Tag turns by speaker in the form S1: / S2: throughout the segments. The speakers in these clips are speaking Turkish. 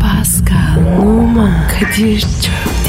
S1: Pascal, Oman, Kadir çok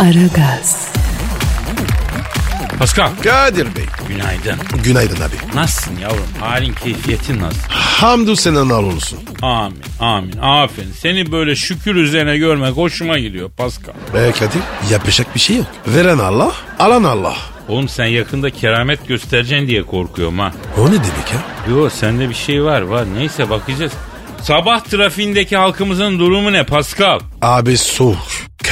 S1: Aragaz,
S2: Pascal.
S3: Kadir Bey.
S2: Günaydın.
S3: Günaydın abi.
S2: Nasılsın yavrum? Halin keyfiyetin nasıl?
S3: Hamdü senin olsun.
S2: Amin amin aferin. Seni böyle şükür üzerine görmek hoşuma gidiyor Pascal.
S3: Be Kadir yapacak bir şey yok. Veren Allah, alan Allah.
S2: Oğlum sen yakında keramet göstereceksin diye korkuyorum ha.
S3: O ne demek ya?
S2: Yo sende bir şey var var neyse bakacağız. Sabah trafiğindeki halkımızın durumu ne Pascal?
S3: Abi soğuk.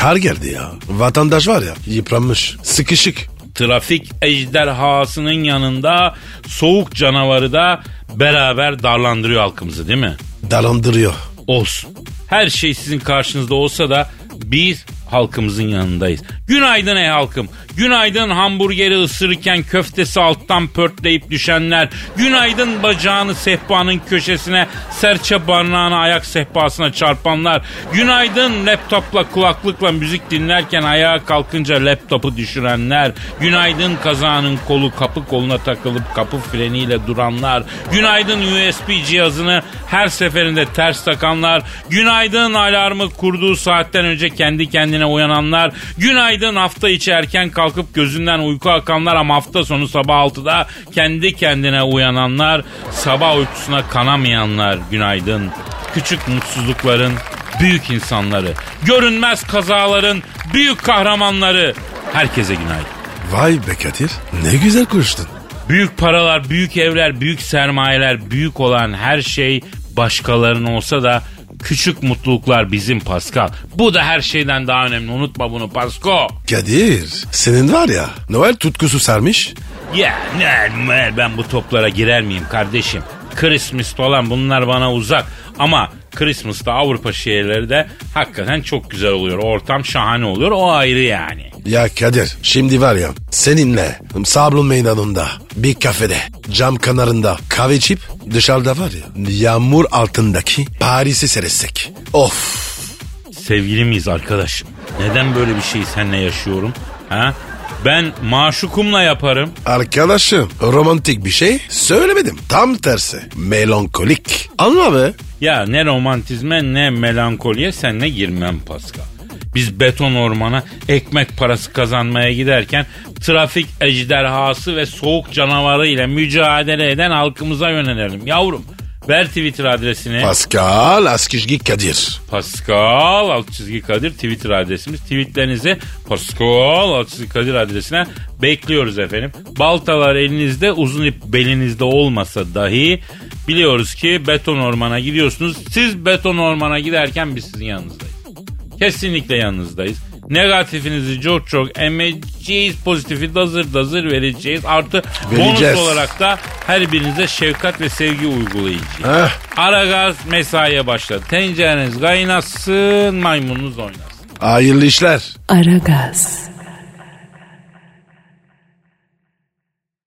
S3: Kar geldi ya. Vatandaş var ya yıpranmış. Sıkışık.
S2: Trafik ejderhasının yanında soğuk canavarı da beraber darlandırıyor halkımızı değil mi?
S3: Dalandırıyor.
S2: olsun. Her şey sizin karşınızda olsa da biz halkımızın yanındayız. Günaydın ey halkım. Günaydın hamburgeri ısırırken köftesi alttan pörtleyip düşenler. Günaydın bacağını sehpanın köşesine, serçe barnağını ayak sehpasına çarpanlar. Günaydın laptopla kulaklıkla müzik dinlerken ayağa kalkınca laptopu düşürenler. Günaydın kazanın kolu kapı koluna takılıp kapı freniyle duranlar. Günaydın USB cihazını her seferinde ters takanlar. Günaydın alarmı kurduğu saatten önce kendi kendine uyananlar. Günaydın hafta içi erken kalkıp gözünden uyku akanlar ama hafta sonu sabah 6'da kendi kendine uyananlar. Sabah uykusuna kanamayanlar günaydın. Küçük mutsuzlukların büyük insanları, görünmez kazaların büyük kahramanları. Herkese günaydın.
S3: Vay be Kadir ne güzel konuştun.
S2: Büyük paralar, büyük evler, büyük sermayeler, büyük olan her şey başkalarının olsa da küçük mutluluklar bizim Pascal. Bu da her şeyden daha önemli. Unutma bunu Pasko.
S3: Kadir senin var ya Noel tutkusu sarmış.
S2: Ya ne, ne, ben bu toplara girer miyim kardeşim? Christmas'ta olan bunlar bana uzak. Ama Christmas'ta Avrupa şehirleri de hakikaten çok güzel oluyor. Ortam şahane oluyor. O ayrı yani.
S3: Ya Kadir şimdi var ya seninle Sablon meydanında bir kafede cam kenarında kahve içip dışarıda var ya yağmur altındaki Paris'i seyretsek. Of
S2: Sevgili miyiz arkadaşım? Neden böyle bir şeyi seninle yaşıyorum? Ha? Ben maşukumla yaparım.
S3: arkadaşım romantik bir şey söylemedim tam tersi melankolik. Anla be.
S2: Ya ne romantizme ne melankoliye senle girmem Pascal. Biz beton ormana ekmek parası kazanmaya giderken trafik ejderhası ve soğuk canavarı ile mücadele eden halkımıza yönelelim yavrum. Ver Twitter adresini.
S3: Pascal Askizgi Kadir.
S2: Pascal alt çizgi Kadir Twitter adresimiz. Tweetlerinizi Pascal alt çizgi Kadir adresine bekliyoruz efendim. Baltalar elinizde uzun ip belinizde olmasa dahi biliyoruz ki beton ormana gidiyorsunuz. Siz beton ormana giderken biz sizin yanınızdayız. Kesinlikle yanınızdayız. Negatifinizi çok çok emeceğiz. Pozitifi dazır dazır vereceğiz. Artı
S3: Vereceğiz.
S2: bonus olarak da her birinize şefkat ve sevgi uygulayacağız.
S3: Heh.
S2: Ara gaz mesaiye başladı. Tencereniz kaynasın, maymununuz oynasın.
S3: Hayırlı işler.
S1: Aragaz.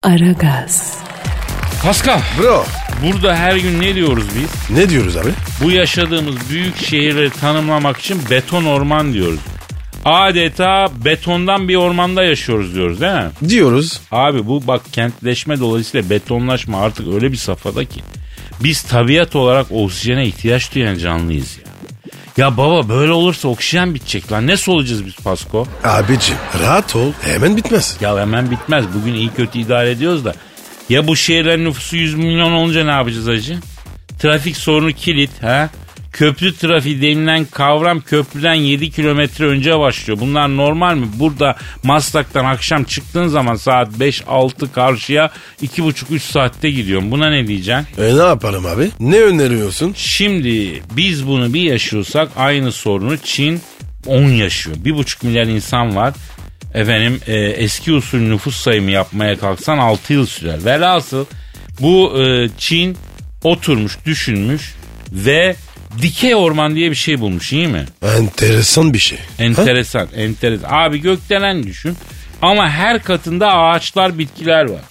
S1: Aragaz,
S2: Pascal,
S3: Bro
S2: burada her gün ne diyoruz biz?
S3: ne diyoruz abi?
S2: Bu yaşadığımız büyük şehirleri tanımlamak için beton orman diyoruz. Adeta betondan bir ormanda yaşıyoruz diyoruz değil mi?
S3: Diyoruz.
S2: Abi bu bak kentleşme dolayısıyla betonlaşma artık öyle bir safhada ki. Biz tabiat olarak oksijene ihtiyaç duyan canlıyız ya. Ya baba böyle olursa oksijen bitecek lan. Ne solacağız biz Pasko?
S3: Abicim rahat ol hemen bitmez.
S2: Ya hemen bitmez. Bugün iyi kötü idare ediyoruz da. Ya bu şehirlerin nüfusu 100 milyon olunca ne yapacağız acı? Trafik sorunu kilit ha? Köprü trafiği denilen kavram köprüden 7 kilometre önce başlıyor. Bunlar normal mi? Burada Maslak'tan akşam çıktığın zaman saat 5-6 karşıya 2,5-3 saatte gidiyorum. Buna ne diyeceksin?
S3: E ne yapalım abi? Ne öneriyorsun?
S2: Şimdi biz bunu bir yaşıyorsak aynı sorunu Çin 10 yaşıyor. Bir buçuk milyar insan var. Efendim e, eski usul nüfus sayımı yapmaya kalksan 6 yıl sürer. Velhasıl bu e, Çin oturmuş düşünmüş ve Dikey orman diye bir şey bulmuş iyi mi?
S3: Enteresan bir şey. Ha?
S2: Enteresan, enteresan. Abi gökdelen düşün. Ama her katında ağaçlar, bitkiler var.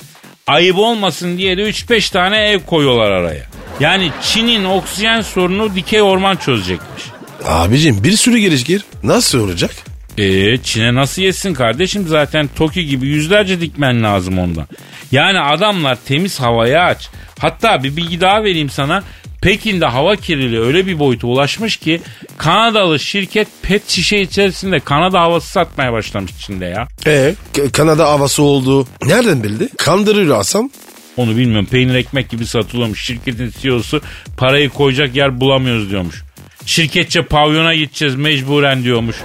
S2: Ayıp olmasın diye de 3-5 tane ev koyuyorlar araya. Yani Çin'in oksijen sorunu dikey orman çözecekmiş.
S3: Abicim bir sürü giriş gir. Nasıl olacak?
S2: Ee, Çin'e nasıl yesin kardeşim zaten Toki gibi yüzlerce dikmen lazım ondan. Yani adamlar temiz havaya aç. Hatta bir bilgi daha vereyim sana. Pekin'de hava kirliliği öyle bir boyuta ulaşmış ki Kanadalı şirket pet şişe içerisinde Kanada havası satmaya başlamış Çin'de ya.
S3: E Kanada havası oldu. Nereden bildi? Kandırıyor Hasan.
S2: Onu bilmiyorum peynir ekmek gibi satılıyormuş. Şirketin CEO'su parayı koyacak yer bulamıyoruz diyormuş. Şirketçe pavyona gideceğiz mecburen diyormuş.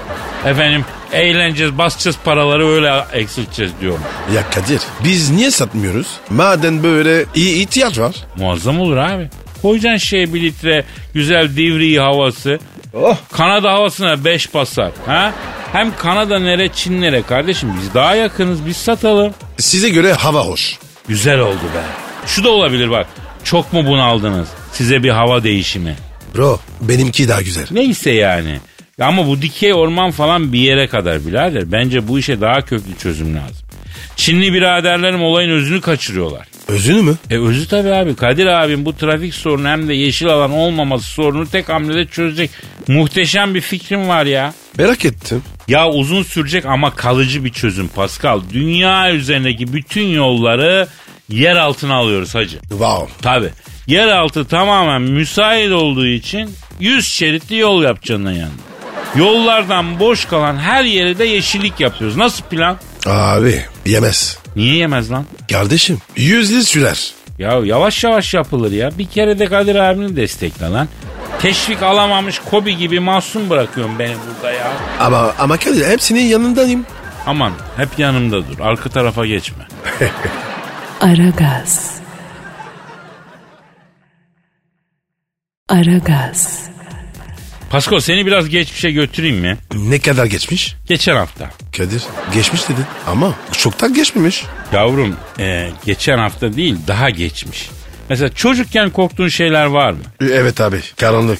S2: Efendim eğleneceğiz basacağız paraları öyle eksilteceğiz diyormuş.
S3: Ya Kadir biz niye satmıyoruz? Maden böyle iyi ihtiyaç var.
S2: Muazzam olur abi. Koyacaksın şeye bir litre güzel divriği havası.
S3: Oh.
S2: Kanada havasına 5 basar. Ha? Hem Kanada nere Çin nere kardeşim biz daha yakınız biz satalım.
S3: Size göre hava hoş.
S2: Güzel oldu be. Şu da olabilir bak. Çok mu bunaldınız? Size bir hava değişimi.
S3: Bro benimki daha güzel.
S2: Neyse yani. Ya Ama bu dikey orman falan bir yere kadar birader. Bence bu işe daha köklü çözüm lazım. Çinli biraderlerim olayın özünü kaçırıyorlar.
S3: Özünü mü?
S2: E özü tabii abi. Kadir abim bu trafik sorunu hem de yeşil alan olmaması sorunu tek hamlede çözecek. Muhteşem bir fikrim var ya.
S3: Merak ettim.
S2: Ya uzun sürecek ama kalıcı bir çözüm Pascal. Dünya üzerindeki bütün yolları yer altına alıyoruz hacı.
S3: Wow.
S2: Tabi. Yeraltı tamamen müsait olduğu için 100 şeritli yol yapacaksın yani. Yollardan boş kalan her yere de yeşillik yapıyoruz. Nasıl plan?
S3: Abi yemez.
S2: Niye yemez lan?
S3: Kardeşim 100 yıl sürer.
S2: Ya yavaş yavaş yapılır ya. Bir kere de Kadir abini destekle lan. Teşvik alamamış Kobi gibi masum bırakıyorsun beni burada ya.
S3: Ama ama Kadir hepsinin yanındayım.
S2: Aman hep yanımda dur. Arka tarafa geçme.
S1: Aragaz. Aragaz.
S2: Pasko seni biraz geçmişe götüreyim mi?
S3: Ne kadar geçmiş?
S2: Geçen hafta.
S3: Kadir geçmiş dedin ama çoktan geçmemiş.
S2: Yavrum e, geçen hafta değil daha geçmiş. Mesela çocukken korktuğun şeyler var mı?
S3: Ee, Evet abi karanlık.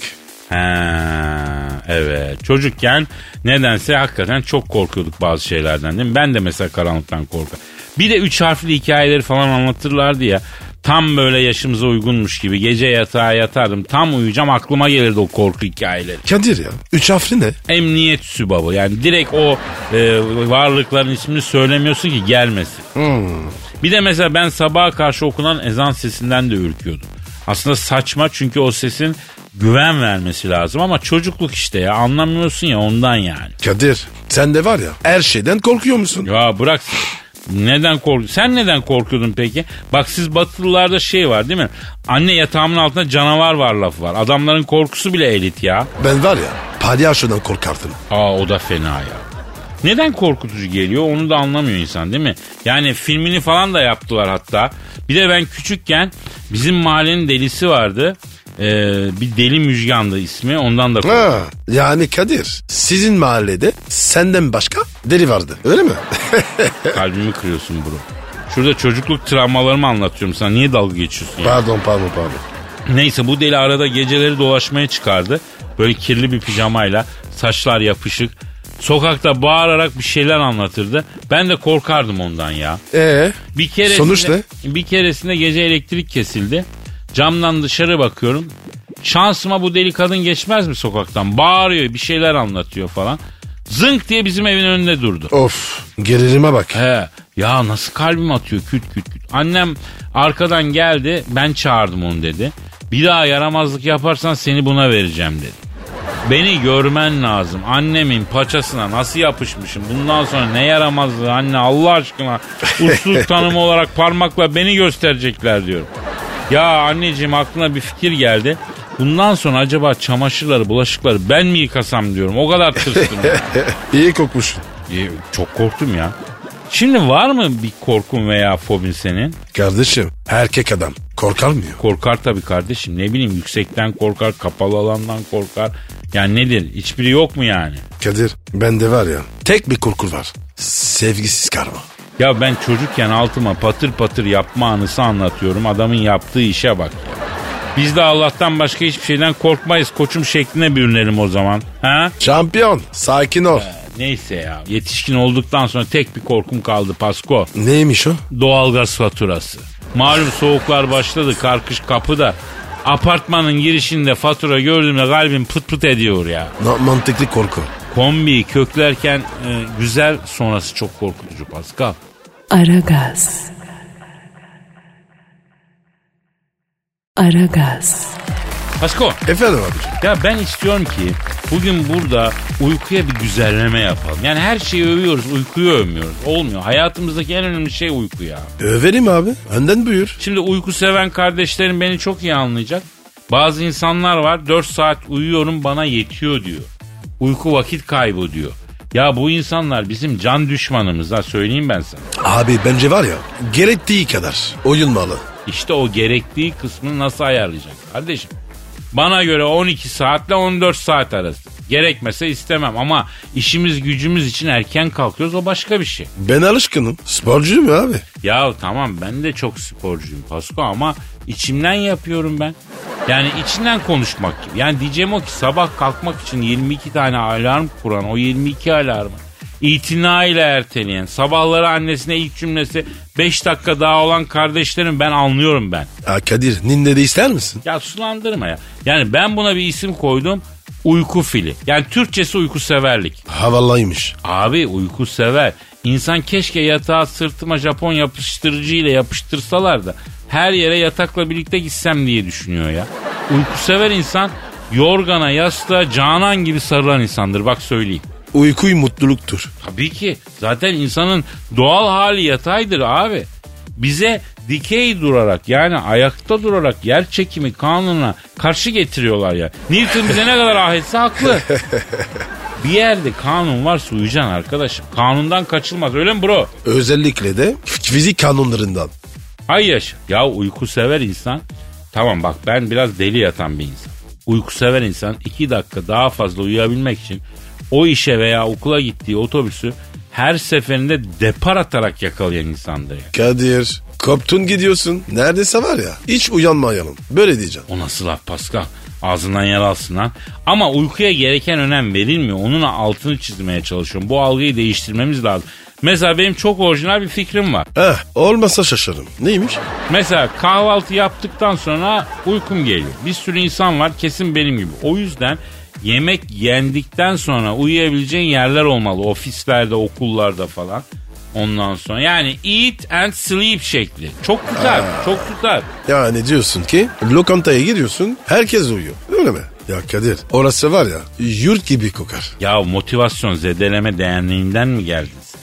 S2: Ha, evet çocukken nedense hakikaten çok korkuyorduk bazı şeylerden değil mi? Ben de mesela karanlıktan korkarım. Bir de üç harfli hikayeleri falan anlatırlardı ya. Tam böyle yaşımıza uygunmuş gibi gece yatağa yatardım. Tam uyuyacağım aklıma gelirdi o korku hikayeleri.
S3: Kadir ya. Üç harfli ne?
S2: Emniyet sübabı yani direkt o e, varlıkların ismini söylemiyorsun ki gelmesin. Bir de mesela ben sabaha karşı okunan ezan sesinden de ürküyordum. Aslında saçma çünkü o sesin güven vermesi lazım ama çocukluk işte ya anlamıyorsun ya ondan yani.
S3: Kadir sen de var ya her şeyden korkuyor musun?
S2: Ya bırak neden kork Sen neden korkuyordun peki? Bak siz batılılarda şey var değil mi? Anne yatağımın altında canavar var lafı var. Adamların korkusu bile elit ya.
S3: Ben var ya palyaçodan korkardım.
S2: Aa o da fena ya. Neden korkutucu geliyor onu da anlamıyor insan değil mi? Yani filmini falan da yaptılar hatta. Bir de ben küçükken bizim mahallenin delisi vardı. Ee, bir deli müjgandı ismi ondan da korktum.
S3: Ha, yani Kadir sizin mahallede senden başka deli vardı öyle mi?
S2: kalbimi kırıyorsun bro. Şurada çocukluk travmalarımı anlatıyorum sana niye dalga geçiyorsun ya?
S3: pardon pardon pardon.
S2: Neyse bu deli arada geceleri dolaşmaya çıkardı. Böyle kirli bir pijamayla saçlar yapışık. Sokakta bağırarak bir şeyler anlatırdı. Ben de korkardım ondan ya.
S3: Ee,
S2: Bir keresinde,
S3: Sonuç ne?
S2: Bir keresinde gece elektrik kesildi. Camdan dışarı bakıyorum. Şansıma bu deli kadın geçmez mi sokaktan? Bağırıyor bir şeyler anlatıyor falan. Zınk diye bizim evin önünde durdu.
S3: of gerilime bak.
S2: He ya nasıl kalbim atıyor küt küt küt. Annem arkadan geldi ben çağırdım onu dedi. Bir daha yaramazlık yaparsan seni buna vereceğim dedi. Beni görmen lazım. Annemin paçasına nasıl yapışmışım. Bundan sonra ne yaramazlığı anne Allah aşkına. Usul tanımı olarak parmakla beni gösterecekler diyorum. Ya anneciğim aklına bir fikir geldi. Bundan sonra acaba çamaşırları bulaşıkları ben mi yıkasam diyorum. O kadar tırstım.
S3: İyi kokmuşsun.
S2: E, çok korktum ya. Şimdi var mı bir korkun veya fobin senin?
S3: Kardeşim erkek adam korkar mı? ya?
S2: Korkar tabii kardeşim. Ne bileyim yüksekten korkar, kapalı alandan korkar. Yani nedir? Hiçbiri yok mu yani?
S3: Kadir bende var ya tek bir korku var. Sevgisiz karma.
S2: Ya ben çocukken altıma patır patır yapma anısı anlatıyorum. Adamın yaptığı işe bak ya. Biz de Allah'tan başka hiçbir şeyden korkmayız koçum şekline bürünelim o zaman. Ha?
S3: Şampiyon sakin ol.
S2: Neyse ya yetişkin olduktan sonra tek bir korkum kaldı Pasko.
S3: Neymiş o?
S2: Doğalgaz faturası. Malum soğuklar başladı karkış kapıda. Apartmanın girişinde fatura gördüğümde kalbim pıt pıt ediyor ya.
S3: Na- mantıklı korku.
S2: Kombiyi köklerken e, güzel sonrası çok korkutucu Pascal.
S1: Aragaz. Aragaz.
S2: Pasko
S3: Efendim abi.
S2: ya ben istiyorum ki bugün burada uykuya bir güzelleme yapalım. Yani her şeyi övüyoruz uykuyu övmüyoruz. Olmuyor. Hayatımızdaki en önemli şey uyku ya.
S3: Överim abi. Önden buyur.
S2: Şimdi uyku seven kardeşlerim beni çok iyi anlayacak. Bazı insanlar var 4 saat uyuyorum bana yetiyor diyor. Uyku vakit kaybı diyor. Ya bu insanlar bizim can düşmanımız ha söyleyeyim ben sana.
S3: Abi bence var ya gerektiği kadar oyunmalı.
S2: İşte o gerektiği kısmını nasıl ayarlayacak kardeşim? Bana göre 12 saatle 14 saat arası. Gerekmese istemem ama işimiz gücümüz için erken kalkıyoruz o başka bir şey.
S3: Ben alışkınım. Sporcuyum abi.
S2: Ya tamam ben de çok sporcuyum Pasko ama içimden yapıyorum ben. Yani içinden konuşmak gibi. Yani diyeceğim o ki sabah kalkmak için 22 tane alarm kuran o 22 alarmı itina ile erteleyen sabahları annesine ilk cümlesi 5 dakika daha olan kardeşlerim ben anlıyorum ben.
S3: Ha Kadir ninne de ister misin?
S2: Ya sulandırma ya. Yani ben buna bir isim koydum uyku fili. Yani Türkçesi uyku severlik.
S3: Havalıymış.
S2: Abi uyku sever. İnsan keşke yatağa sırtıma Japon yapıştırıcı ile yapıştırsalar da her yere yatakla birlikte gitsem diye düşünüyor ya. Uyku sever insan yorgana, yastığa, canan gibi sarılan insandır bak söyleyeyim.
S3: Uykuy mutluluktur.
S2: Tabii ki zaten insanın doğal hali yataydır abi. Bize dikey durarak yani ayakta durarak yer çekimi kanununa karşı getiriyorlar ya. Newton bize ne kadar ahetse haklı. Bir yerde kanun varsa uyuyacaksın arkadaşım. Kanundan kaçılmaz öyle mi bro?
S3: Özellikle de fizik kanunlarından.
S2: Hay yaşa. Ya uyku sever insan. Tamam bak ben biraz deli yatan bir insan. Uyku sever insan iki dakika daha fazla uyuyabilmek için o işe veya okula gittiği otobüsü her seferinde depar atarak yakalayan insandır ya.
S3: Kadir koptun gidiyorsun. Neredeyse var ya hiç uyanmayalım. Böyle diyeceğim.
S2: O nasıl laf Pascal? Ağzından yer alsın lan. Ama uykuya gereken önem verilmiyor. Onun altını çizmeye çalışıyorum. Bu algıyı değiştirmemiz lazım. Mesela benim çok orijinal bir fikrim var.
S3: Heh, olmasa şaşarım. Neymiş?
S2: Mesela kahvaltı yaptıktan sonra uykum geliyor. Bir sürü insan var kesin benim gibi. O yüzden yemek yendikten sonra uyuyabileceğin yerler olmalı. Ofislerde, okullarda falan. Ondan sonra yani eat and sleep şekli. Çok tutar, çok tutar.
S3: Yani diyorsun ki lokantaya gidiyorsun herkes uyuyor. Öyle mi? Ya Kadir orası var ya yurt gibi kokar.
S2: Ya motivasyon zedeleme değerliğinden mi geldiniz?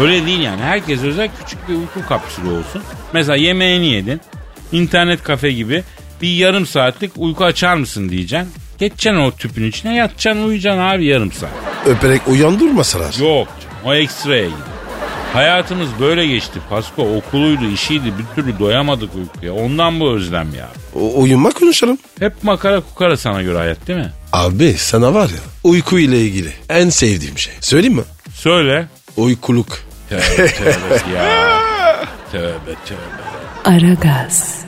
S2: Öyle değil yani. Herkes özel küçük bir uyku kapsülü olsun. Mesela yemeğini yedin. internet kafe gibi bir yarım saatlik uyku açar mısın diyeceksin. Geçeceksin o tüpün içine yatacaksın uyuyacaksın abi yarım saat.
S3: Öperek uyandırmasalar.
S2: Yok canım, o ekstraya gidiyor. Hayatımız böyle geçti Pasko. Okuluydu, işiydi bir türlü doyamadık uykuya. Ondan bu özlem ya.
S3: O, uyuma konuşalım.
S2: Hep makara kukara sana göre hayat değil mi?
S3: Abi sana var ya uyku ile ilgili en sevdiğim şey. Söyleyeyim mi?
S2: Söyle.
S3: Uykuluk.
S2: Tövbe tövbe ya. Tövbe tövbe.
S1: Aragaz.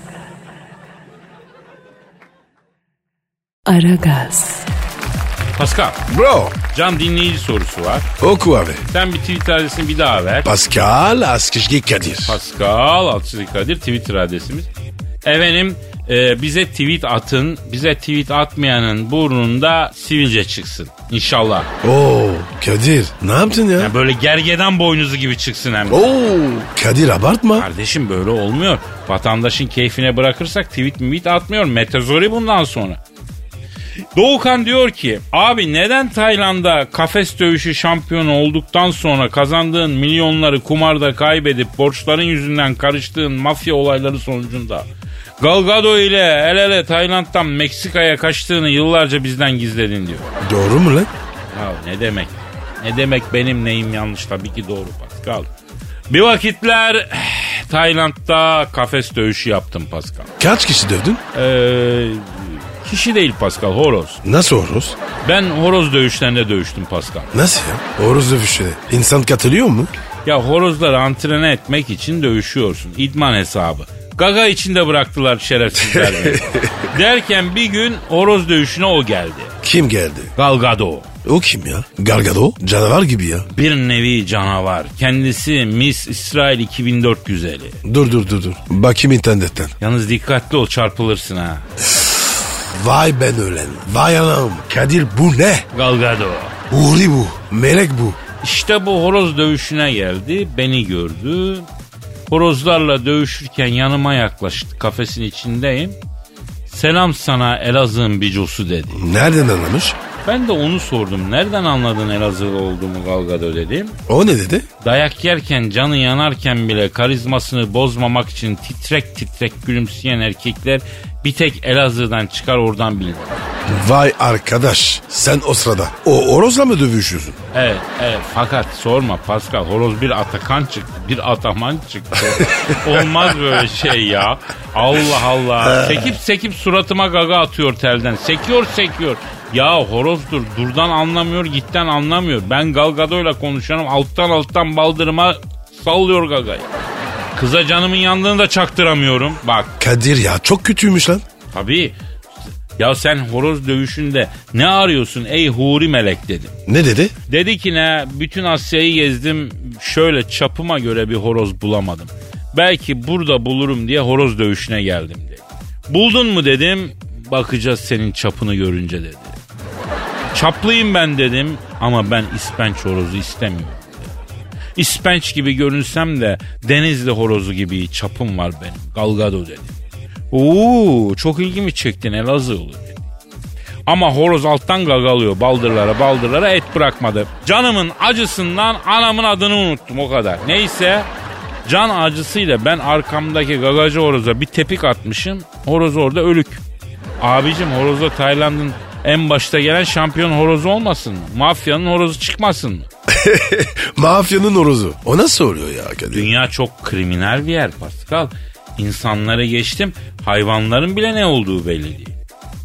S1: Aragaz.
S2: Pascal,
S3: Bro
S2: can dinleyici sorusu var.
S3: oku abi.
S2: Sen bir Twitter adresini bir daha ver.
S3: Pascal Askışgi Kadir.
S2: Pascal Altçılık Kadir Twitter adresimiz. Efendim e, bize tweet atın. Bize tweet atmayanın burnunda sivilce çıksın. İnşallah.
S3: Oo Kadir ne yaptın ya?
S2: Yani böyle gergedan boynuzu gibi çıksın hem. de.
S3: Oo Kadir abartma.
S2: Kardeşim böyle olmuyor. Vatandaşın keyfine bırakırsak tweet mi tweet atmıyor. Metazori bundan sonra. Doğukan diyor ki abi neden Tayland'a kafes dövüşü şampiyonu olduktan sonra kazandığın milyonları kumarda kaybedip borçların yüzünden karıştığın mafya olayları sonucunda Galgado ile el ele Tayland'dan Meksika'ya kaçtığını yıllarca bizden gizledin diyor.
S3: Doğru mu lan?
S2: Ya ne demek? Ne demek benim neyim yanlış tabii ki doğru Pascal. Bir vakitler eh, Tayland'da kafes dövüşü yaptım Pascal.
S3: Kaç kişi dövdün?
S2: Ee, kişi değil Pascal horoz.
S3: Nasıl horoz?
S2: Ben horoz dövüşlerinde dövüştüm Pascal.
S3: Nasıl ya? Horoz dövüşüne insan katılıyor mu?
S2: Ya horozları antrene etmek için dövüşüyorsun. İdman hesabı. Gaga içinde bıraktılar şerefsizler. beni. Derken bir gün horoz dövüşüne o geldi.
S3: Kim geldi?
S2: Galgado.
S3: O kim ya? Gargado canavar gibi ya.
S2: Bir nevi canavar. Kendisi Miss İsrail 2400 güzeli.
S3: Dur dur dur dur. Bakayım internetten.
S2: Yalnız dikkatli ol çarpılırsın ha.
S3: Vay ben ölen. Vay anam. Kadir bu ne?
S2: Galgado.
S3: Uğri bu. Melek bu.
S2: İşte bu horoz dövüşüne geldi. Beni gördü. Horozlarla dövüşürken yanıma yaklaştı. Kafesin içindeyim. Selam sana Elazığ'ın bicosu dedi.
S3: Nereden anlamış?
S2: Ben de onu sordum. Nereden anladın Elazığlı olduğumu Galgado dedim.
S3: O ne dedi?
S2: Dayak yerken canı yanarken bile karizmasını bozmamak için titrek titrek gülümseyen erkekler bir tek Elazığ'dan çıkar oradan bilinir.
S3: Vay arkadaş. Sen o sırada. O Oroz'la mı dövüşüyorsun?
S2: Evet, evet. Fakat sorma Pascal. Horoz bir Atakan çıktı. Bir Ataman çıktı. Olmaz böyle şey ya. Allah Allah. Sekip sekip suratıma gaga atıyor telden. Sekiyor sekiyor. Ya horozdur. Durdan anlamıyor, gitten anlamıyor. Ben Galgado'yla konuşanım. Alttan alttan baldırıma sallıyor gagayı. Kıza canımın yandığını da çaktıramıyorum. Bak
S3: Kadir ya çok kötüymüş lan.
S2: tabii. Ya sen horoz dövüşünde ne arıyorsun ey huri melek dedim.
S3: Ne dedi?
S2: Dedi ki ne bütün Asya'yı gezdim şöyle çapıma göre bir horoz bulamadım. Belki burada bulurum diye horoz dövüşüne geldim dedi. Buldun mu dedim bakacağız senin çapını görünce dedi. Çaplıyım ben dedim ama ben ispenç horozu istemiyorum. İspenç gibi görünsem de denizli horozu gibi çapım var benim. Galgado dedi. Oo çok ilgimi çektin Elazığlı dedi. Ama horoz alttan gagalıyor baldırlara baldırlara et bırakmadı. Canımın acısından anamın adını unuttum o kadar. Neyse can acısıyla ben arkamdaki gagacı horoza bir tepik atmışım. Horoz orada ölük. Abicim horozda Tayland'ın en başta gelen şampiyon horozu olmasın mı? Mafyanın horozu çıkmasın mı?
S3: Mafyanın Oroz'u. O nasıl oluyor ya Kadir?
S2: Dünya çok kriminal bir yer Pascal. İnsanlara geçtim hayvanların bile ne olduğu belli değil.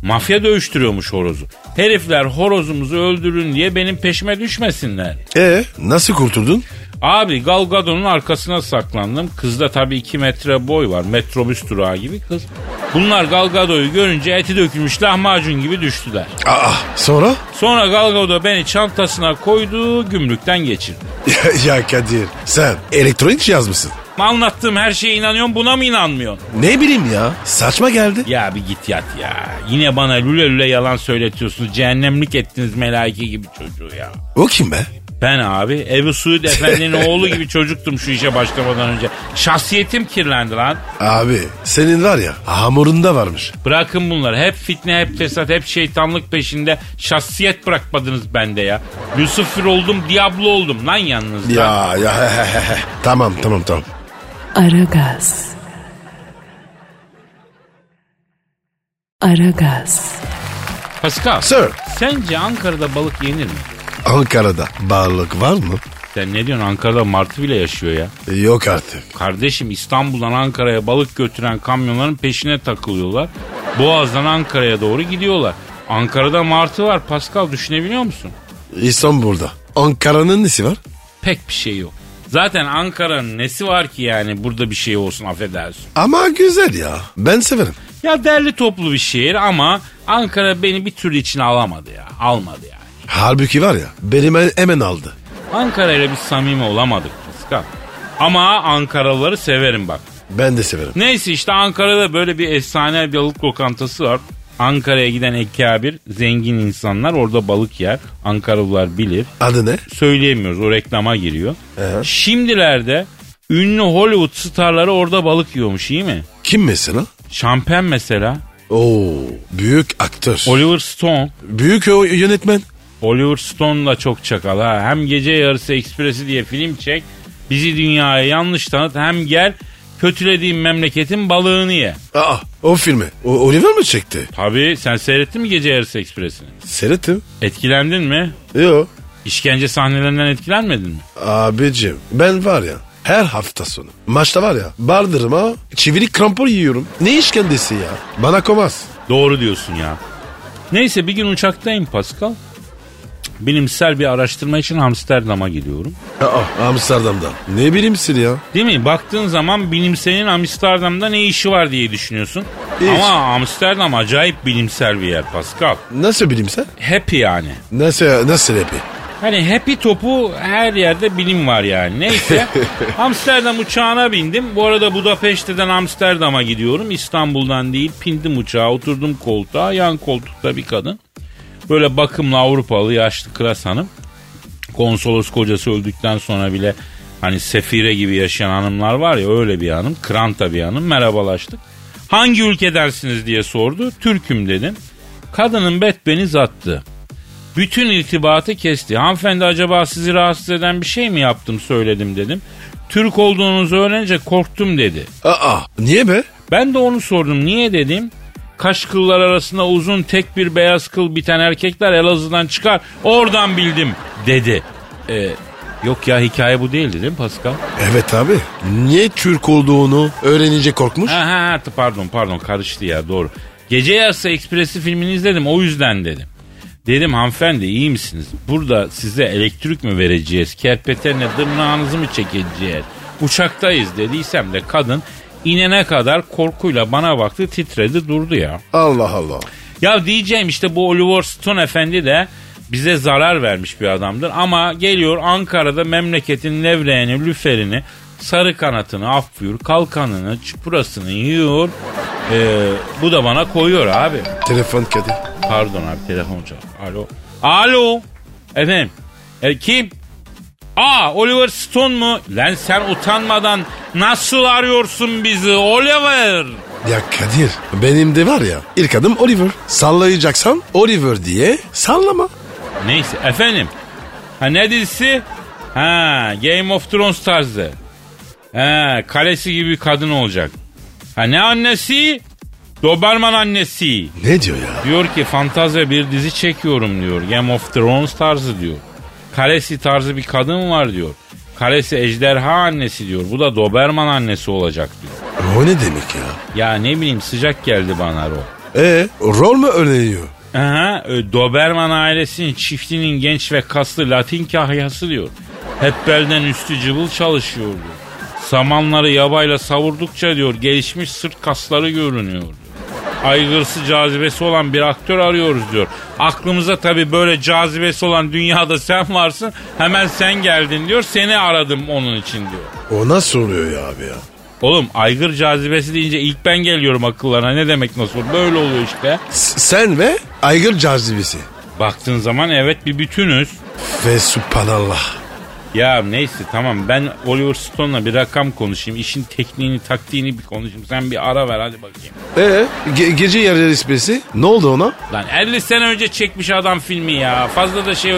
S2: Mafya dövüştürüyormuş horozu. Herifler horozumuzu öldürün diye benim peşime düşmesinler.
S3: E nasıl kurtuldun?
S2: Abi Galgado'nun arkasına saklandım. Kızda tabii 2 metre boy var. Metrobüs durağı gibi kız. Bunlar Galgado'yu görünce eti dökülmüş lahmacun gibi düştüler.
S3: Aa sonra?
S2: Sonra Galgado beni çantasına koydu, gümrükten geçirdi.
S3: ya, ya Kadir sen elektronik cihaz mısın?
S2: Anlattığım her şeye inanıyorsun, buna mı inanmıyorsun?
S3: Ne bileyim ya saçma geldi.
S2: Ya bir git yat ya. Yine bana lüle lüle yalan söyletiyorsunuz. Cehennemlik ettiniz melaike gibi çocuğu ya.
S3: O kim be?
S2: Ben abi Ebu Suud Efendi'nin oğlu gibi çocuktum şu işe başlamadan önce. Şahsiyetim kirlendi lan.
S3: Abi senin var ya hamurunda varmış.
S2: Bırakın bunları. Hep fitne, hep fesat, hep şeytanlık peşinde. Şahsiyet bırakmadınız bende ya. Lucifer oldum, Diablo oldum lan yalnız. lan.
S3: Ya ya tamam tamam tamam.
S1: Aragaz. Aragaz.
S2: Pascal.
S3: Sir
S2: Sence Ankara'da balık yenir mi?
S3: Ankara'da bağlılık var mı?
S2: Sen ne diyorsun Ankara'da martı bile yaşıyor ya.
S3: Yok artık.
S2: Kardeşim İstanbul'dan Ankara'ya balık götüren kamyonların peşine takılıyorlar. Boğaz'dan Ankara'ya doğru gidiyorlar. Ankara'da martı var Pascal düşünebiliyor musun?
S3: İstanbul'da. Ankara'nın nesi var?
S2: Pek bir şey yok. Zaten Ankara'nın nesi var ki yani burada bir şey olsun affedersin.
S3: Ama güzel ya. Ben severim.
S2: Ya derli toplu bir şehir ama Ankara beni bir türlü içine alamadı ya. Almadı yani.
S3: Halbuki var ya benim he- hemen aldı.
S2: Ankara ile bir samimi olamadık Pascal. Ama Ankaralıları severim bak.
S3: Ben de severim.
S2: Neyse işte Ankara'da böyle bir efsane balık lokantası var. Ankara'ya giden ekabir zengin insanlar orada balık yer. Ankaralılar bilir.
S3: Adı ne?
S2: Söyleyemiyoruz o reklama giriyor.
S3: Ee?
S2: Şimdilerde ünlü Hollywood starları orada balık yiyormuş iyi mi?
S3: Kim mesela?
S2: Şampen mesela.
S3: Oo büyük aktör.
S2: Oliver Stone.
S3: büyük o yönetmen.
S2: Oliver Stone da çok çakal ha. Hem Gece Yarısı Ekspresi diye film çek. Bizi dünyaya yanlış tanıt. Hem gel kötülediğin memleketin balığını ye.
S3: Aa o filmi. O Oliver mi çekti?
S2: Tabii sen seyrettin mi Gece Yarısı Ekspresi'ni?
S3: Seyrettim.
S2: Etkilendin mi?
S3: Yo.
S2: İşkence sahnelerinden etkilenmedin mi?
S3: Abicim ben var ya her hafta sonu maçta var ya bardırıma çivili krampon yiyorum. Ne işkencesi ya? Bana komaz.
S2: Doğru diyorsun ya. Neyse bir gün uçaktayım Pascal. Cık, Bilimsel bir araştırma için Amsterdam'a gidiyorum.
S3: Aa, Amsterdam'da. Ne bilimsin ya?
S2: Değil mi? Baktığın zaman bilimselin Amsterdam'da ne işi var diye düşünüyorsun.
S3: Hiç.
S2: Ama Amsterdam acayip bilimsel bir yer Pascal.
S3: Nasıl bilimsel?
S2: Happy yani.
S3: Nasıl, nasıl rapi?
S2: Hani happy topu her yerde bilim var yani. Neyse Amsterdam uçağına bindim. Bu arada Budapeşte'den Amsterdam'a gidiyorum. İstanbul'dan değil. Pindim uçağa oturdum koltuğa. Yan koltukta bir kadın. Böyle bakımlı Avrupalı yaşlı klas hanım. Konsolos kocası öldükten sonra bile hani sefire gibi yaşayan hanımlar var ya öyle bir hanım. Kranta bir hanım. Merhabalaştık. Hangi ülke dersiniz diye sordu. Türk'üm dedim. Kadının betbeni zattı. Bütün irtibatı kesti. Hanımefendi acaba sizi rahatsız eden bir şey mi yaptım söyledim dedim. Türk olduğunuzu öğrenince korktum dedi.
S3: Aa, niye be?
S2: Ben de onu sordum niye dedim. Kaş kıllar arasında uzun tek bir beyaz kıl biten erkekler Elazığ'dan çıkar oradan bildim dedi. Ee, yok ya hikaye bu değildi değil mi Pascal?
S3: Evet abi. Niye Türk olduğunu öğrenince korkmuş?
S2: Ha, ha, ha, pardon pardon karıştı ya doğru. Gece Yarısı Ekspresi filmini izledim o yüzden dedim. Dedim hanımefendi iyi misiniz? Burada size elektrik mi vereceğiz? Kerpetenle dırnağınızı mı çekeceğiz? Uçaktayız dediysem de kadın inene kadar korkuyla bana baktı titredi durdu ya.
S3: Allah Allah.
S2: Ya diyeceğim işte bu Oliver Stone efendi de bize zarar vermiş bir adamdır. Ama geliyor Ankara'da memleketin levreğini, lüferini, sarı kanatını, affıyor, kalkanını, çupurasını yiyor. Ee, bu da bana koyuyor abi.
S3: Telefon kedi.
S2: Pardon abi telefon çal. Alo. Alo. Efendim. E, kim? Aa Oliver Stone mu? Lan sen utanmadan nasıl arıyorsun bizi Oliver?
S3: Ya Kadir benim de var ya ilk adım Oliver. Sallayacaksan Oliver diye sallama.
S2: Neyse efendim. Ha ne dizisi? Ha Game of Thrones tarzı. Ha kalesi gibi bir kadın olacak. Ha ne annesi? Doberman annesi.
S3: Ne diyor ya?
S2: Diyor ki fantazya bir dizi çekiyorum diyor. Game of Thrones tarzı diyor. Kalesi tarzı bir kadın var diyor. Kalesi ejderha annesi diyor. Bu da Doberman annesi olacak diyor.
S3: O ne demek ya?
S2: Ya ne bileyim sıcak geldi bana rol.
S3: E rol mü öğreniyor?
S2: Aha, e, Doberman ailesinin çiftinin genç ve kaslı Latin kahyası diyor. Hep belden üstü cıvıl çalışıyor diyor. Samanları yabayla savurdukça diyor gelişmiş sırt kasları görünüyor diyor. Aygırsı cazibesi olan bir aktör arıyoruz diyor. Aklımıza tabii böyle cazibesi olan dünyada sen varsın hemen sen geldin diyor seni aradım onun için diyor.
S3: O nasıl oluyor ya abi ya?
S2: Oğlum aygır cazibesi deyince ilk ben geliyorum akıllarına ne demek nasıl böyle oluyor işte.
S3: S- sen ve aygır cazibesi.
S2: Baktığın zaman evet bir bütünüz.
S3: Ve subhanallah.
S2: Ya neyse tamam ben Oliver Stone'la bir rakam konuşayım. İşin tekniğini taktiğini bir konuşayım. Sen bir ara ver hadi bakayım.
S3: E ge- gece yarı espesi ne oldu ona?
S2: Lan 50 sene önce çekmiş adam filmi ya. Fazla da şey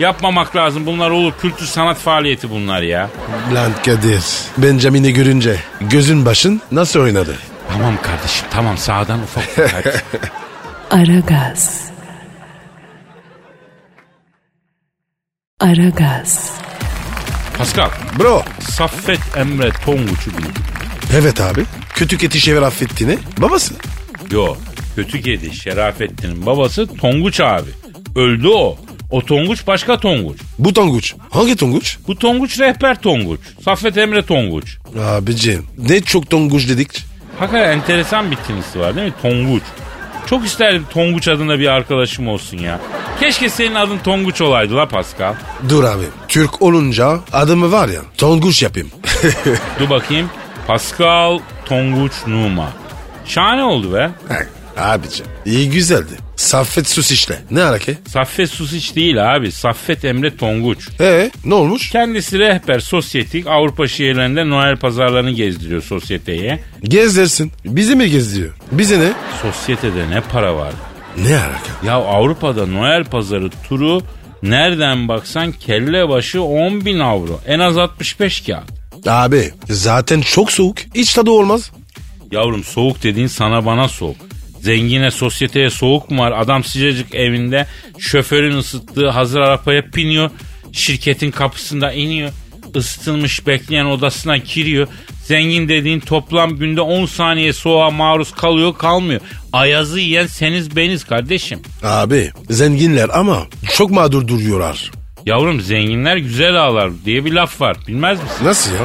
S2: yapmamak lazım. Bunlar olur. Kültür sanat faaliyeti bunlar ya.
S3: Lan Kadir Benjamin'i görünce gözün başın nasıl oynadı?
S2: Tamam kardeşim tamam sağdan ufak ufak.
S1: Aragaz. Aragaz.
S2: Pascal,
S3: Bro
S2: Saffet Emre Tonguç'u bil.
S3: evet abi kötü keti şever affettiğini babası.
S2: Yo, kötü kedi Şerafettin'in babası Tonguç abi. Öldü o. O Tonguç başka Tonguç.
S3: Bu Tonguç. Hangi Tonguç?
S2: Bu Tonguç rehber Tonguç. Saffet Emre Tonguç.
S3: Abicim ne çok Tonguç dedik.
S2: Hakikaten enteresan bir tinisi var değil mi? Tonguç. Çok isterdim Tonguç adında bir arkadaşım olsun ya. Keşke senin adın Tonguç olaydı la Pascal.
S3: Dur abi. Türk olunca adımı var ya Tonguç yapayım.
S2: Dur bakayım. Pascal Tonguç Numa. Şahane oldu be.
S3: Abicim iyi güzeldi. Saffet sus işte. Ne hareket?
S2: Saffet Susiç değil abi. Saffet Emre Tonguç.
S3: Ee ne olmuş?
S2: Kendisi rehber sosyetik Avrupa şehirlerinde Noel pazarlarını gezdiriyor sosyeteye.
S3: Gezdirsin. Bizi mi gezdiriyor? Bizi ne?
S2: Sosyetede ne para var?
S3: Ne hareket?
S2: Ya Avrupa'da Noel pazarı turu nereden baksan kelle başı 10 bin avro. En az 65 kağıt.
S3: Abi zaten çok soğuk. Hiç tadı olmaz.
S2: Yavrum soğuk dediğin sana bana soğuk. Zengine sosyeteye soğuk mu var? Adam sıcacık evinde şoförün ısıttığı hazır arabaya biniyor. Şirketin kapısında iniyor. Isıtılmış bekleyen odasına giriyor. Zengin dediğin toplam günde 10 saniye soğuğa maruz kalıyor kalmıyor. Ayazı yiyen seniz beniz kardeşim.
S3: Abi zenginler ama çok mağdur duruyorlar.
S2: Yavrum zenginler güzel ağlar diye bir laf var. Bilmez misin?
S3: Nasıl ya?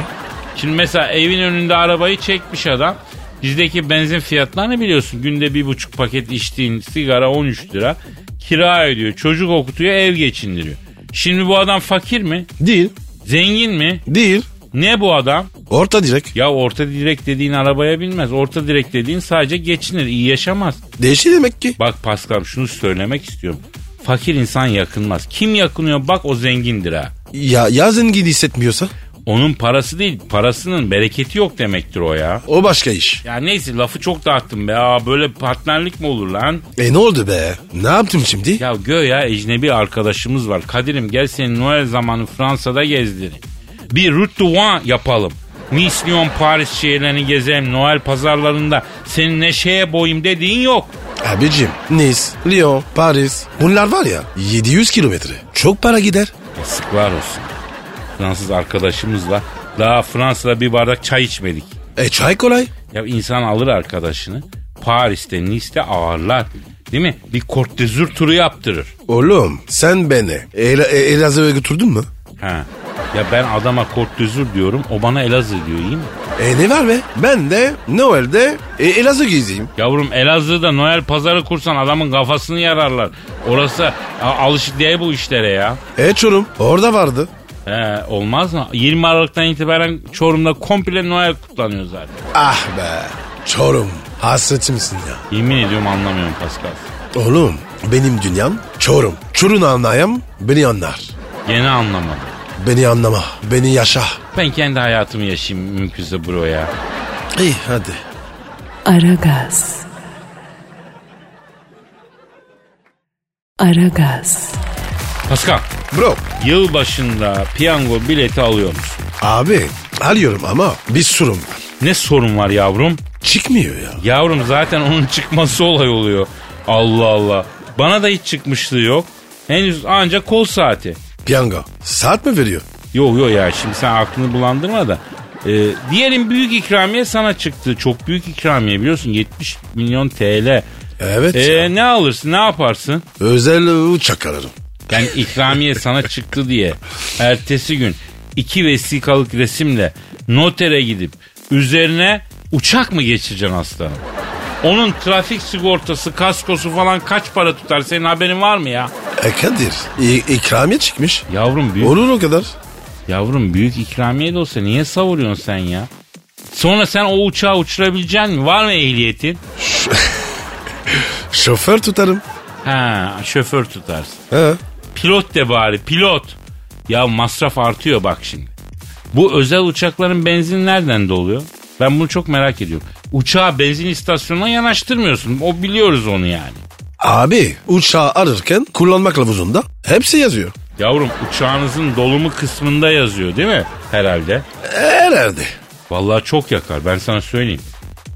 S2: Şimdi mesela evin önünde arabayı çekmiş adam. Bizdeki benzin fiyatlarını biliyorsun. Günde bir buçuk paket içtiğin sigara 13 lira. Kira ödüyor. Çocuk okutuyor. Ev geçindiriyor. Şimdi bu adam fakir mi?
S3: Değil.
S2: Zengin mi?
S3: Değil.
S2: Ne bu adam?
S3: Orta direkt.
S2: Ya orta direk dediğin arabaya binmez. Orta direk dediğin sadece geçinir. iyi yaşamaz.
S3: Değişti demek ki.
S2: Bak Pascal şunu söylemek istiyorum. Fakir insan yakınmaz. Kim yakınıyor bak o zengindir ha.
S3: Ya, ya zengin hissetmiyorsa?
S2: Onun parası değil parasının bereketi yok demektir o ya.
S3: O başka iş.
S2: Ya neyse lafı çok dağıttım be. Aa, böyle partnerlik mi olur lan?
S3: E ne oldu be? Ne yaptım şimdi?
S2: Ya göya ecnebi arkadaşımız var. Kadir'im gel seni Noel zamanı Fransa'da gezdirin. Bir route de Van yapalım. Nice, Lyon, Paris şehirlerini gezelim. Noel pazarlarında senin neşeye boyum dediğin yok.
S3: Abicim Nice, Lyon, Paris bunlar var ya 700 kilometre. Çok para gider.
S2: Yazıklar olsun. Fransız arkadaşımızla daha Fransa'da bir bardak çay içmedik.
S3: E çay kolay.
S2: Ya insan alır arkadaşını Paris'te Nice'te ağırlar. Değil mi? Bir Côte d'Azur turu yaptırır.
S3: Oğlum sen beni El Elazığ'a götürdün mü?
S2: Ha. Ya ben adama Côte d'Azur diyorum o bana Elazığ diyor iyi mi?
S3: E ne var be? Ben de Noel'de e, Elazığ gezeyim.
S2: Yavrum Elazığ'da Noel pazarı kursan adamın kafasını yararlar. Orası a- alışık değil bu işlere ya.
S3: E Çorum orada vardı.
S2: He, olmaz mı? 20 Aralık'tan itibaren Çorum'da komple Noel kutlanıyor zaten.
S3: Ah be Çorum hasretimsin ya.
S2: Yemin ediyorum anlamıyorum Pascal.
S3: Oğlum benim dünyam Çorum. Çorun anlayan beni anlar.
S2: Gene anlamadım.
S3: Beni anlama, beni yaşa.
S2: Ben kendi hayatımı yaşayayım mümkünse bro ya.
S3: İyi hadi.
S1: Aragaz. Aragaz.
S2: Pascal,
S3: Bro
S2: yıl başında piyango bileti alıyor musun?
S3: abi alıyorum ama bir sorun var.
S2: Ne sorun var yavrum?
S3: Çıkmıyor ya.
S2: Yavrum zaten onun çıkması olay oluyor. Allah Allah. Bana da hiç çıkmışlığı yok. Henüz ancak kol saati.
S3: Piyango saat mi veriyor?
S2: Yok yok ya şimdi sen aklını bulandırma da. Ee, diyelim büyük ikramiye sana çıktı. Çok büyük ikramiye biliyorsun 70 milyon TL.
S3: Evet
S2: Ee,
S3: ya.
S2: ne alırsın ne yaparsın?
S3: Özel uçak alırım.
S2: Yani ikramiye sana çıktı diye ertesi gün iki vesikalık resimle notere gidip üzerine uçak mı geçireceksin aslanım? Onun trafik sigortası, kaskosu falan kaç para tutar senin haberin var mı ya?
S3: E Kadir i- ikramiye çıkmış.
S2: Yavrum büyük
S3: Olur o kadar.
S2: Yavrum büyük ikramiye de olsa niye savuruyorsun sen ya? Sonra sen o uçağı uçurabilecek mi? Var mı ehliyetin?
S3: Şoför tutarım.
S2: Ha, şoför tutarsın.
S3: He.
S2: Pilot de bari pilot. Ya masraf artıyor bak şimdi. Bu özel uçakların benzin nereden doluyor? Ben bunu çok merak ediyorum. Uçağı benzin istasyonuna yanaştırmıyorsun. O biliyoruz onu yani.
S3: Abi uçağı ararken kullanmak kılavuzunda hepsi yazıyor.
S2: Yavrum uçağınızın dolumu kısmında yazıyor değil mi? Herhalde.
S3: Herhalde.
S2: Vallahi çok yakar ben sana söyleyeyim.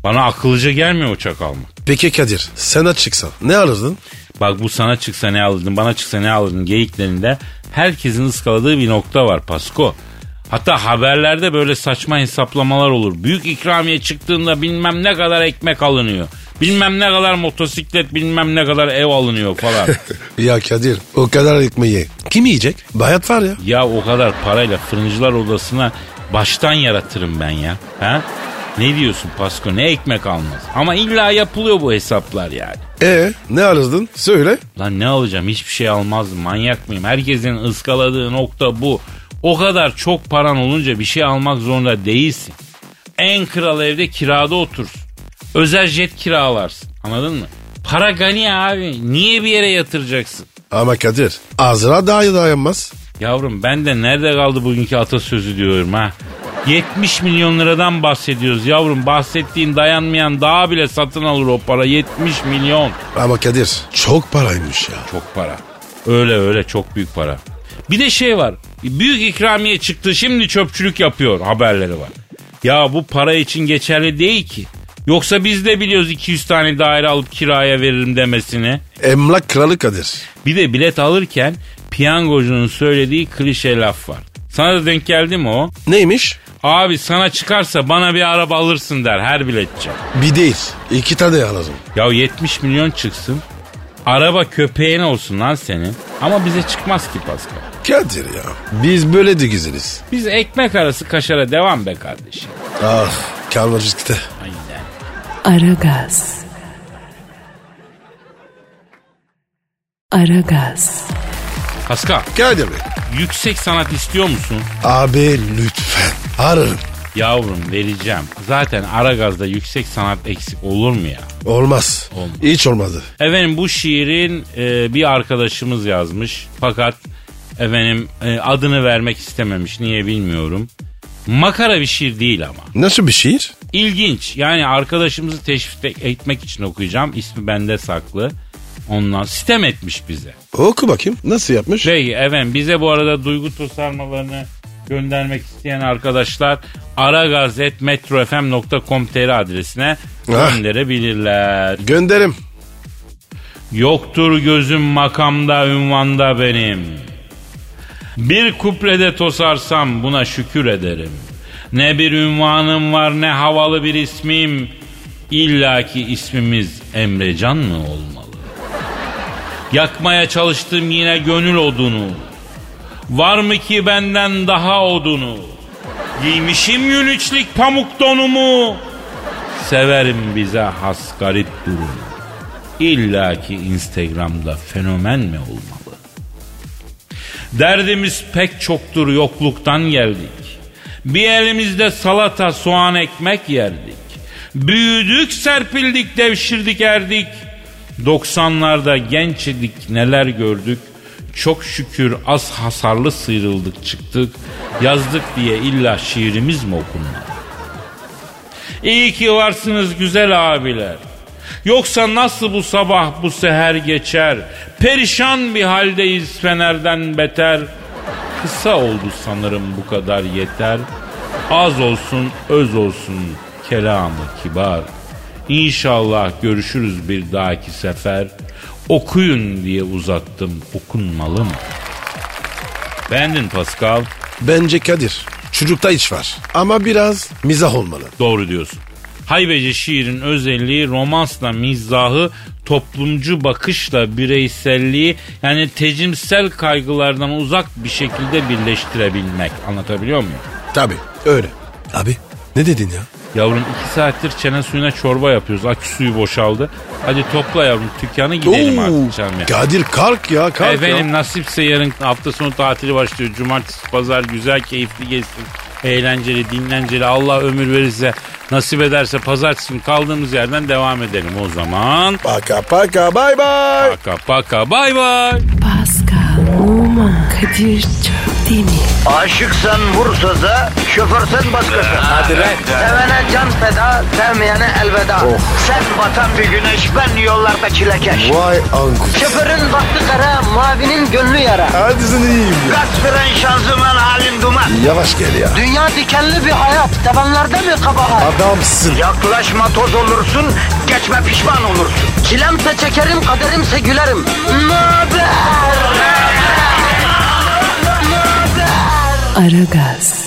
S2: Bana akıllıca gelmiyor uçak almak.
S3: Peki Kadir sana çıksan ne alırdın?
S2: Bak bu sana çıksa ne alırdın bana çıksa ne alırdın geyiklerinde herkesin ıskaladığı bir nokta var Pasko. Hatta haberlerde böyle saçma hesaplamalar olur. Büyük ikramiye çıktığında bilmem ne kadar ekmek alınıyor. Bilmem ne kadar motosiklet bilmem ne kadar ev alınıyor falan.
S3: Ya Kadir o kadar ekmeği kim yiyecek? Bayat var ya.
S2: ya o kadar parayla fırıncılar odasına baştan yaratırım ben ya. Ha? Ne diyorsun Pasko ne ekmek almaz. Ama illa yapılıyor bu hesaplar yani.
S3: E ne alırdın? Söyle.
S2: Lan ne alacağım hiçbir şey almazdım manyak mıyım? Herkesin ıskaladığı nokta bu. O kadar çok paran olunca bir şey almak zorunda değilsin. En kral evde kirada oturursun. Özel jet kiralarsın anladın mı? Para gani abi niye bir yere yatıracaksın?
S3: Ama Kadir Azra daha dayanmaz.
S2: Yavrum ben de nerede kaldı bugünkü atasözü diyorum ha. 70 milyon liradan bahsediyoruz yavrum. Bahsettiğin dayanmayan daha bile satın alır o para. 70 milyon.
S3: Ama Kadir çok paraymış ya.
S2: Çok para. Öyle öyle çok büyük para. Bir de şey var. Büyük ikramiye çıktı şimdi çöpçülük yapıyor haberleri var. Ya bu para için geçerli değil ki. Yoksa biz de biliyoruz 200 tane daire alıp kiraya veririm demesini.
S3: Emlak kralı Kadir.
S2: Bir de bilet alırken piyangocunun söylediği klişe laf var. Sana da denk geldi mi o?
S3: Neymiş?
S2: Abi sana çıkarsa bana bir araba alırsın der her biletçi.
S3: Bir değil. iki tane alırım.
S2: Ya 70 milyon çıksın. Araba köpeğin olsun lan senin. Ama bize çıkmaz ki Pascal.
S3: Kadir ya. Biz böyle de güzeliz.
S2: Biz ekmek arası kaşara devam be kardeşim.
S3: Ah kalmacıkta.
S2: Aynen.
S1: Aragaz. Aragaz.
S2: Pascal
S3: Kadir Bey.
S2: yüksek sanat istiyor musun?
S3: Abi lütfen. Ararım.
S2: Yavrum vereceğim. Zaten Aragaz'da yüksek sanat eksik olur mu ya?
S3: Olmaz. Hiç olmadı.
S2: Efendim bu şiirin e, bir arkadaşımız yazmış. Fakat efendim e, adını vermek istememiş. Niye bilmiyorum. Makara bir şiir değil ama.
S3: Nasıl bir şiir?
S2: İlginç. Yani arkadaşımızı teşvik etmek için okuyacağım. İsmi bende saklı. Ondan sitem etmiş bize.
S3: Oku bakayım. Nasıl yapmış?
S2: Şey efendim bize bu arada duygu tosarmalarını göndermek isteyen arkadaşlar aragazetmetrofm.com.tr adresine
S3: Ah.
S2: gönderebilirler.
S3: Gönderim.
S2: Yoktur gözüm makamda ünvanda benim. Bir kuprede tosarsam buna şükür ederim. Ne bir ünvanım var ne havalı bir ismim. İlla ki ismimiz Emrecan mı olmalı? Yakmaya çalıştım yine gönül odunu. Var mı ki benden daha odunu? Giymişim yün üçlük pamuk donumu. Severim bize has garip durumu. İlla ki Instagram'da fenomen mi olmalı? Derdimiz pek çoktur yokluktan geldik. Bir elimizde salata, soğan, ekmek yerdik. Büyüdük, serpildik, devşirdik, erdik. 90'larda genç idik, neler gördük. Çok şükür az hasarlı sıyrıldık çıktık. Yazdık diye illa şiirimiz mi okunmalı? İyi ki varsınız güzel abiler. Yoksa nasıl bu sabah bu seher geçer? Perişan bir haldeyiz fenerden beter. Kısa oldu sanırım bu kadar yeter. Az olsun öz olsun kelamı kibar. İnşallah görüşürüz bir dahaki sefer. Okuyun diye uzattım okunmalı mı? Beğendin Pascal.
S3: Bence Kadir. Çocukta iç var. Ama biraz mizah olmalı.
S2: Doğru diyorsun. Haybeci şiirin özelliği romansla mizahı, toplumcu bakışla bireyselliği yani tecimsel kaygılardan uzak bir şekilde birleştirebilmek. Anlatabiliyor muyum?
S3: Tabii öyle. Abi ne dedin ya?
S2: Yavrum iki saattir çene suyuna çorba yapıyoruz. Aç suyu boşaldı. Hadi topla yavrum dükkanı gidelim artık camiye.
S3: Kadir kalk ya kalk
S2: Efendim
S3: ya.
S2: nasipse yarın hafta sonu tatili başlıyor. Cumartesi, pazar güzel, keyifli geçsin. Eğlenceli, dinlenceli. Allah ömür verirse, nasip ederse pazartesi günü kaldığımız yerden devam edelim o zaman.
S3: Paka paka bay bay.
S2: Paka paka bay bay.
S1: Pascal, Oman, Kadir çok değil mi?
S4: Aşıksan vursa da, şoförsen başkasın. Hadi Sevene can feda, sevmeyene elveda. Sen batan bir güneş, ben yollarda çilekeş.
S3: Vay anku.
S4: Şoförün baktı kara, mavinin gönlü yara.
S3: Hadi sen iyiyim ya.
S4: Kasperen şanzıman halin duman.
S3: Yavaş gel ya.
S4: Dünya dikenli bir hayat, sevenlerde mi kabahar?
S3: Adamsın.
S4: Yaklaşma toz olursun, geçme pişman olursun. Çilemse çekerim, kaderimse gülerim. Möber!
S1: Aragaz.